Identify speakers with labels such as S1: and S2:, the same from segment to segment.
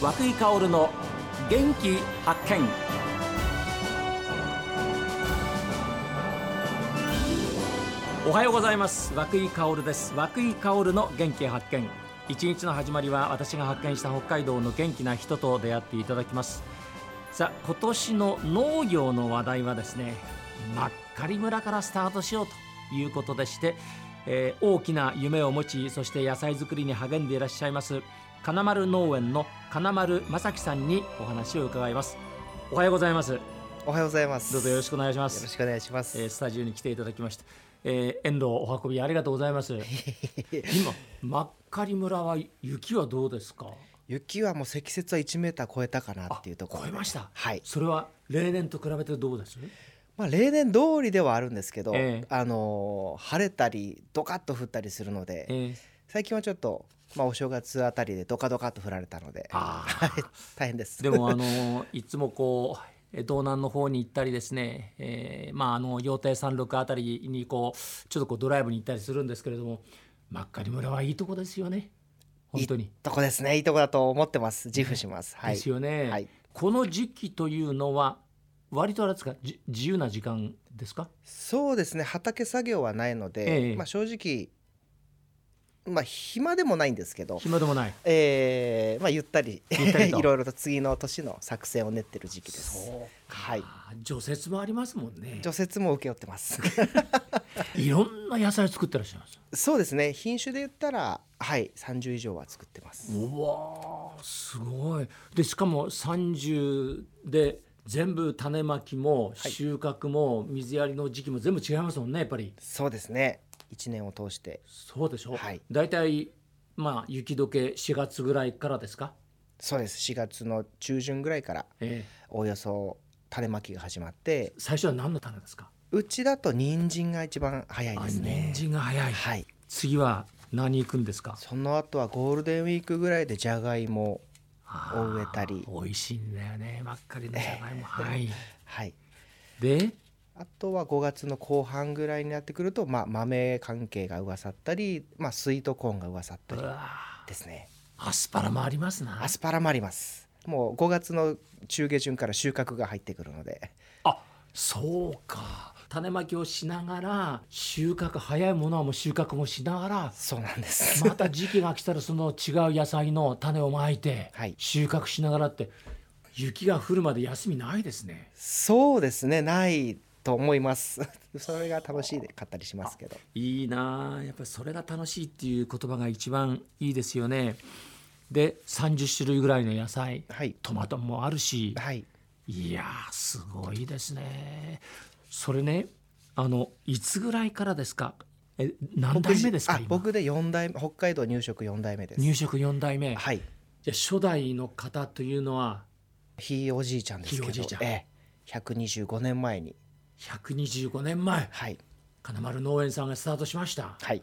S1: 和久井薫の元気発見おはようございます和久井薫です和久井薫の元気発見一日の始まりは私が発見した北海道の元気な人と出会っていただきますさあ今年の農業の話題はですね真っ狩り村からスタートしようということでしてえー大きな夢を持ちそして野菜作りに励んでいらっしゃいます金丸農園の金丸正樹さんにお話を伺いますおはようございます
S2: おはようございます。
S1: どうぞよろし
S2: く
S1: くお願いしま
S2: よろ
S1: す、
S2: しくお願いします。
S1: えースタジオに来ていただきました、えー遠藤お運びありがとうござい ます今真っ赤り村は雪はどうですか
S2: 雪はもう積雪は1メーター超えたかなっていうところ
S1: 超
S2: で。
S1: えました
S2: はい。
S1: それは例年と比べてどうです
S2: まあ例年通りではあるんですけど、
S1: ええ
S2: あのー晴れたりドカッと降ったりするので、
S1: えー
S2: 最近はちょっとまあお正月あたりでドカドカっと降られたので、
S1: あー
S2: はい 大変です。
S1: でもあのいつもこうえ道南の方に行ったりですね、えーまああの羊蹄山麓あたりにこうちょっとこうドライブに行ったりするんですけれども真っ赤り村はいいとこですよね本当に、
S2: とこですね。いいとこだと思ってます。自負します。はい
S1: です。よね、
S2: はい
S1: この時期というのは割とあれですかじ自由な時間ですか
S2: そうですね。畑作業はないので、
S1: ええ
S2: まあ正直。まあ暇でもないんですけど
S1: 暇でもない
S2: えーまあ、ゆったり
S1: ゆったりと
S2: いろいろと次の年の作戦を練ってる時期です。
S1: そう
S2: はい、
S1: 除雪もありますもんね
S2: 除雪も請け負って ます。
S1: いろんな野菜作ってらっしゃいます
S2: そうですね品種で言ったらはい30以上は作ってます。
S1: うわーすごいでしかも30で全部種まきも
S2: はい
S1: 収穫も水やりの時期も全部違いますもんねやっぱり
S2: そうですね1年を通して
S1: そうでしょ、
S2: はい
S1: 大体まあ雪解け4月ぐらいからですか、
S2: そうです4月の中旬ぐらいから
S1: え
S2: おおよそ種まきが始まって
S1: え最初は何の種ですか
S2: うちだと人参が一番早い
S1: あ
S2: ですね
S1: 人。参が早い、
S2: はい
S1: 次は何行くんですか
S2: その後はゴールデンウィークぐらいでじゃがいも
S1: あ
S2: を植えたり
S1: ー美味しいんだよねばっかりのじゃがいもはい
S2: はい
S1: で
S2: あとは5月の後半ぐらいになってくると、まあ、豆関係が噂ったり、まあ、スイートコーンが噂った
S1: う
S2: り
S1: わ
S2: ですね
S1: ーアスパラもありますな
S2: アスパラもありますもう5月の中下旬から収穫が入ってくるので
S1: あそうか種まきをしながら収穫早いものはもう収穫もしなが ら
S2: そうなんです、
S1: また時期が来たらその違う野菜の種をまいて
S2: はい
S1: 収穫しながらって雪が降るまで休みないですね
S2: そうですねないと思います それが楽しいで買ったりしますけど
S1: いいなあやっぱりそれが楽しいっていう言葉が一番いいですよねで30種類ぐらいの野菜
S2: はい
S1: トマトもあるし
S2: はい
S1: いやーすごいですねそれねあのいつぐらいからですかえ何代目ですか
S2: あ
S1: 今
S2: 僕で四代目北海道入植4代目です
S1: 入職4代目、
S2: はい
S1: じゃあ初代の方というのは
S2: ひいおじいちゃんですけ
S1: ひ
S2: ど
S1: いおじいちゃん
S2: ええ、125年前に
S1: 125年前
S2: はい
S1: 金丸農園さんがスタートしました
S2: はい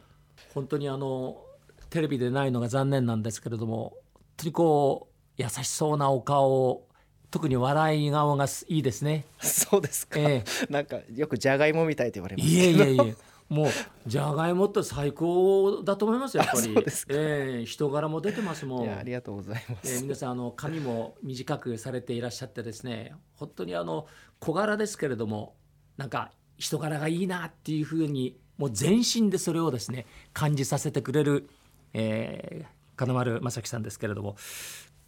S1: 本当にあのテレビでないのが残念なんですけれども本当にこう優しそうなお顔特に笑い顔がすいいですね
S2: そうですか、
S1: え
S2: なんかよくじゃがいもみたいと言われます
S1: いえいえい えもうじゃがいもって最高だと思いますよやっぱり
S2: あそうですか
S1: ええ人柄も出てますもん
S2: いやありがとうございま
S1: えー
S2: す、
S1: 皆さんあの髪も短くされていらっしゃってですね本当にあの小柄ですけれどもなんか人柄がいいなっていうふうにもう全身でそれをですね感じさせてくれる、えー金丸正樹さんですけれども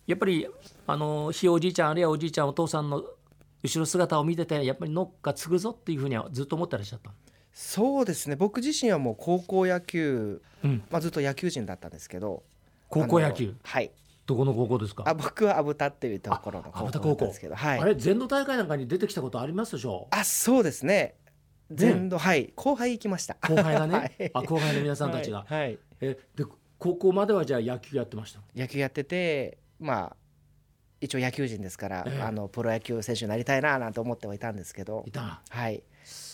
S1: やっぱりあのひいおじいちゃんあるいはおじいちゃんお父さんの後ろ姿を見ててやっぱり農家継ぐぞっていうふうにはずっと思ってらっしゃった。
S2: そうですね僕自身はもう高校野球、
S1: うん、
S2: まあ、ずっと野球人だったんですけど
S1: 高校
S2: あの
S1: 野球
S2: はい
S1: どこの高校ですか
S2: あ僕は虻田っていうところの
S1: あ虻田高校
S2: 高校だったんですけどはい
S1: あれ全土大会なんかに出てきたことありますでしょ
S2: あそうですね全土、はい後輩行きました
S1: 後輩がね、
S2: はい
S1: あ後輩の皆さんたちが、
S2: はいはい
S1: えで高校まではじゃあ野球やってました
S2: 野球やっててまあ一応野球人ですから、
S1: ええ
S2: あのプロ野球選手になりたいななんて思ってはいたんですけど
S1: いた、
S2: はい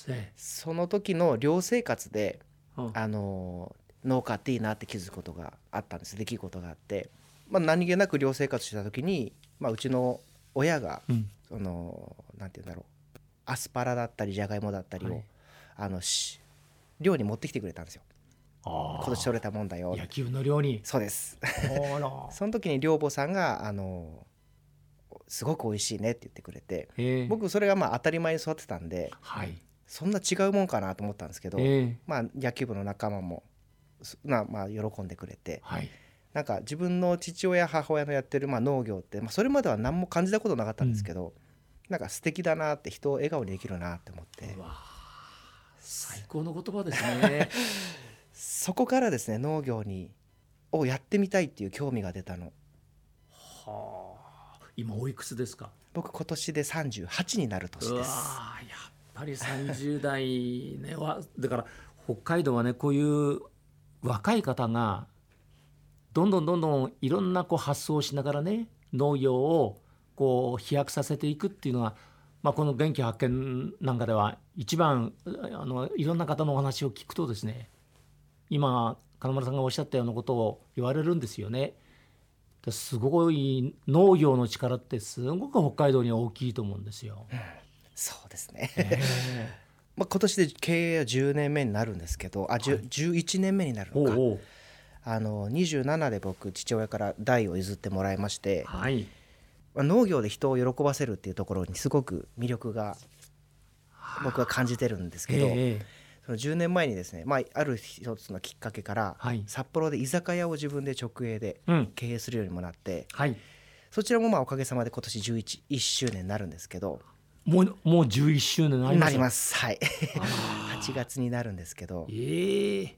S1: え
S2: その時の寮生活で
S1: えうん、
S2: あの農家っていいなって気づくことがあったんです出来事があって、まあ、何気なく寮生活してた時に、まあ、うちの親が
S1: うん
S2: そのなんて言うんだろうアスパラだったりじゃがいもだったりを、
S1: はい
S2: あのし寮に持ってきてくれたんですよ。
S1: あー
S2: 今年取れたもんだよ
S1: 野球部の寮に
S2: そうです
S1: あら
S2: その時に寮母さんがあのすごく美味しいねって言ってくれて
S1: ええ
S2: 僕それがまあ当たり前に育ってたんで
S1: はい
S2: そんな違うもんかなと思ったんですけど、
S1: ええ
S2: まあ、野球部の仲間もすまあまあ喜んでくれて
S1: はい
S2: なんか自分の父親母親のやってるまあ農業って、まあ、それまでは何も感じたことなかったんですけど、なんか素敵だなって人を笑顔にできるなって思って
S1: うわあ最高の言葉です ね
S2: そこからですね農業にをやってみたいっていう興味が出たの
S1: はあ今おいくつですか
S2: 僕今年で38になる年
S1: うわ
S2: です
S1: あやっぱり30代ねわだから北海道はねこういう若い方がどんどんどんどんいろんなこう発想をしながらね農業をこう飛躍させていくっていうのが、まあ、この「元気発見」なんかでは一番あのいろんな方のお話を聞くとですね今金丸さんがおっしゃったようなことを言われるんですよね。ですごい農業の力ってすごく北海道には大きいと思うんですよ。
S2: そうですね まあ今年で経営は10年目になるんですけどあ、じゅ
S1: はい
S2: 11年目になる
S1: お
S2: の
S1: う
S2: か
S1: おう
S2: あの27で僕父親から代を譲ってもらいまして、
S1: はい
S2: まあ農業で人を喜ばせるっていうところにすごく魅力が僕は感じてるんですけど、
S1: ええ
S2: その10年前にですね、まあ、ある一つのきっかけから、
S1: はい
S2: 札幌で居酒屋を自分で直営で
S1: うん
S2: 経営するようにもなって
S1: はい
S2: そちらもまあおかげさまで今年11 1周年になるんですけど
S1: もうもう11周年になります
S2: なりますすはい 8月になるんですけど
S1: ええ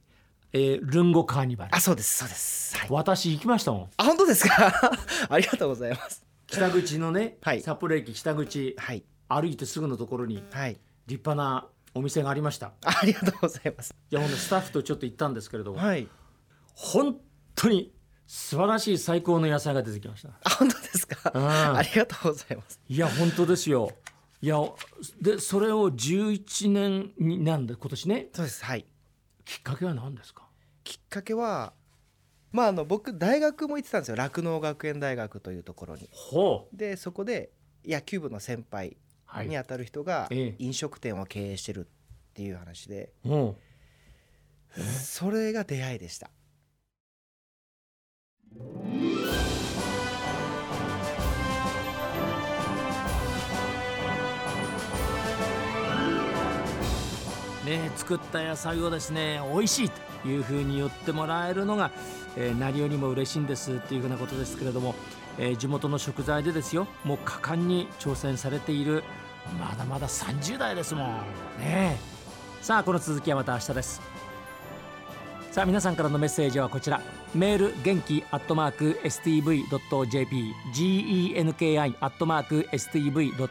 S1: えールンゴカーニバル
S2: あそうですそうです、はい、
S1: 私行きましたもん
S2: あ本当ですか ありがとうございます
S1: 北口のね、
S2: はい
S1: 札幌駅北口
S2: はい
S1: 歩いてすぐのところに
S2: はい
S1: 立派なお店がありました
S2: ありがとうございます
S1: いやほんでスタッフとちょっと行ったんですけれども
S2: はい
S1: 本当に素晴らしい最高の野菜が出てきました
S2: あ本当ですか
S1: うん
S2: ありがとうございます
S1: いや本当ですよいやでそれを11年になんで今年ね
S2: そうですはい
S1: きっかけは何ですか
S2: きっかけはまああの僕大学も行ってたんですよ酪農学園大学というところに
S1: ほう
S2: でそこで野球部の先輩
S1: は
S2: にあたる人が
S1: ええ
S2: 飲食店を経営してるっていう話で
S1: うん
S2: それが出会いでした
S1: ね、作った野菜をですね美味しいというふうに言ってもらえるのが、えー何よりも嬉しいんですっていうふうなことですけれども、えー地元の食材でですよもう果敢に挑戦されているまだまだ30代ですもんねえさあこの続きはまた明日ですさあ皆さんからのメッセージはこちらメール元気アットマーク STV.jp genki アットマーク STV.jp フ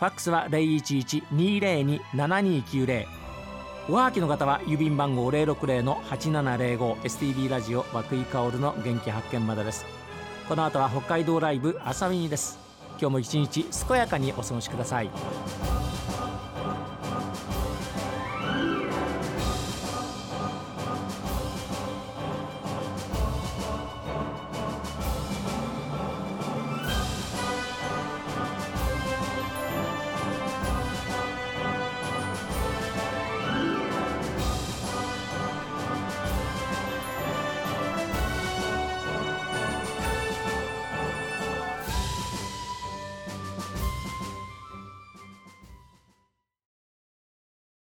S1: ァックスは0112027290おはがきの方は郵便番号 060-8705STB ラジオ和久井薫の元気発見までですこの後は北海道ライブ朝ウィーンです今日も一日健やかにお過ごしください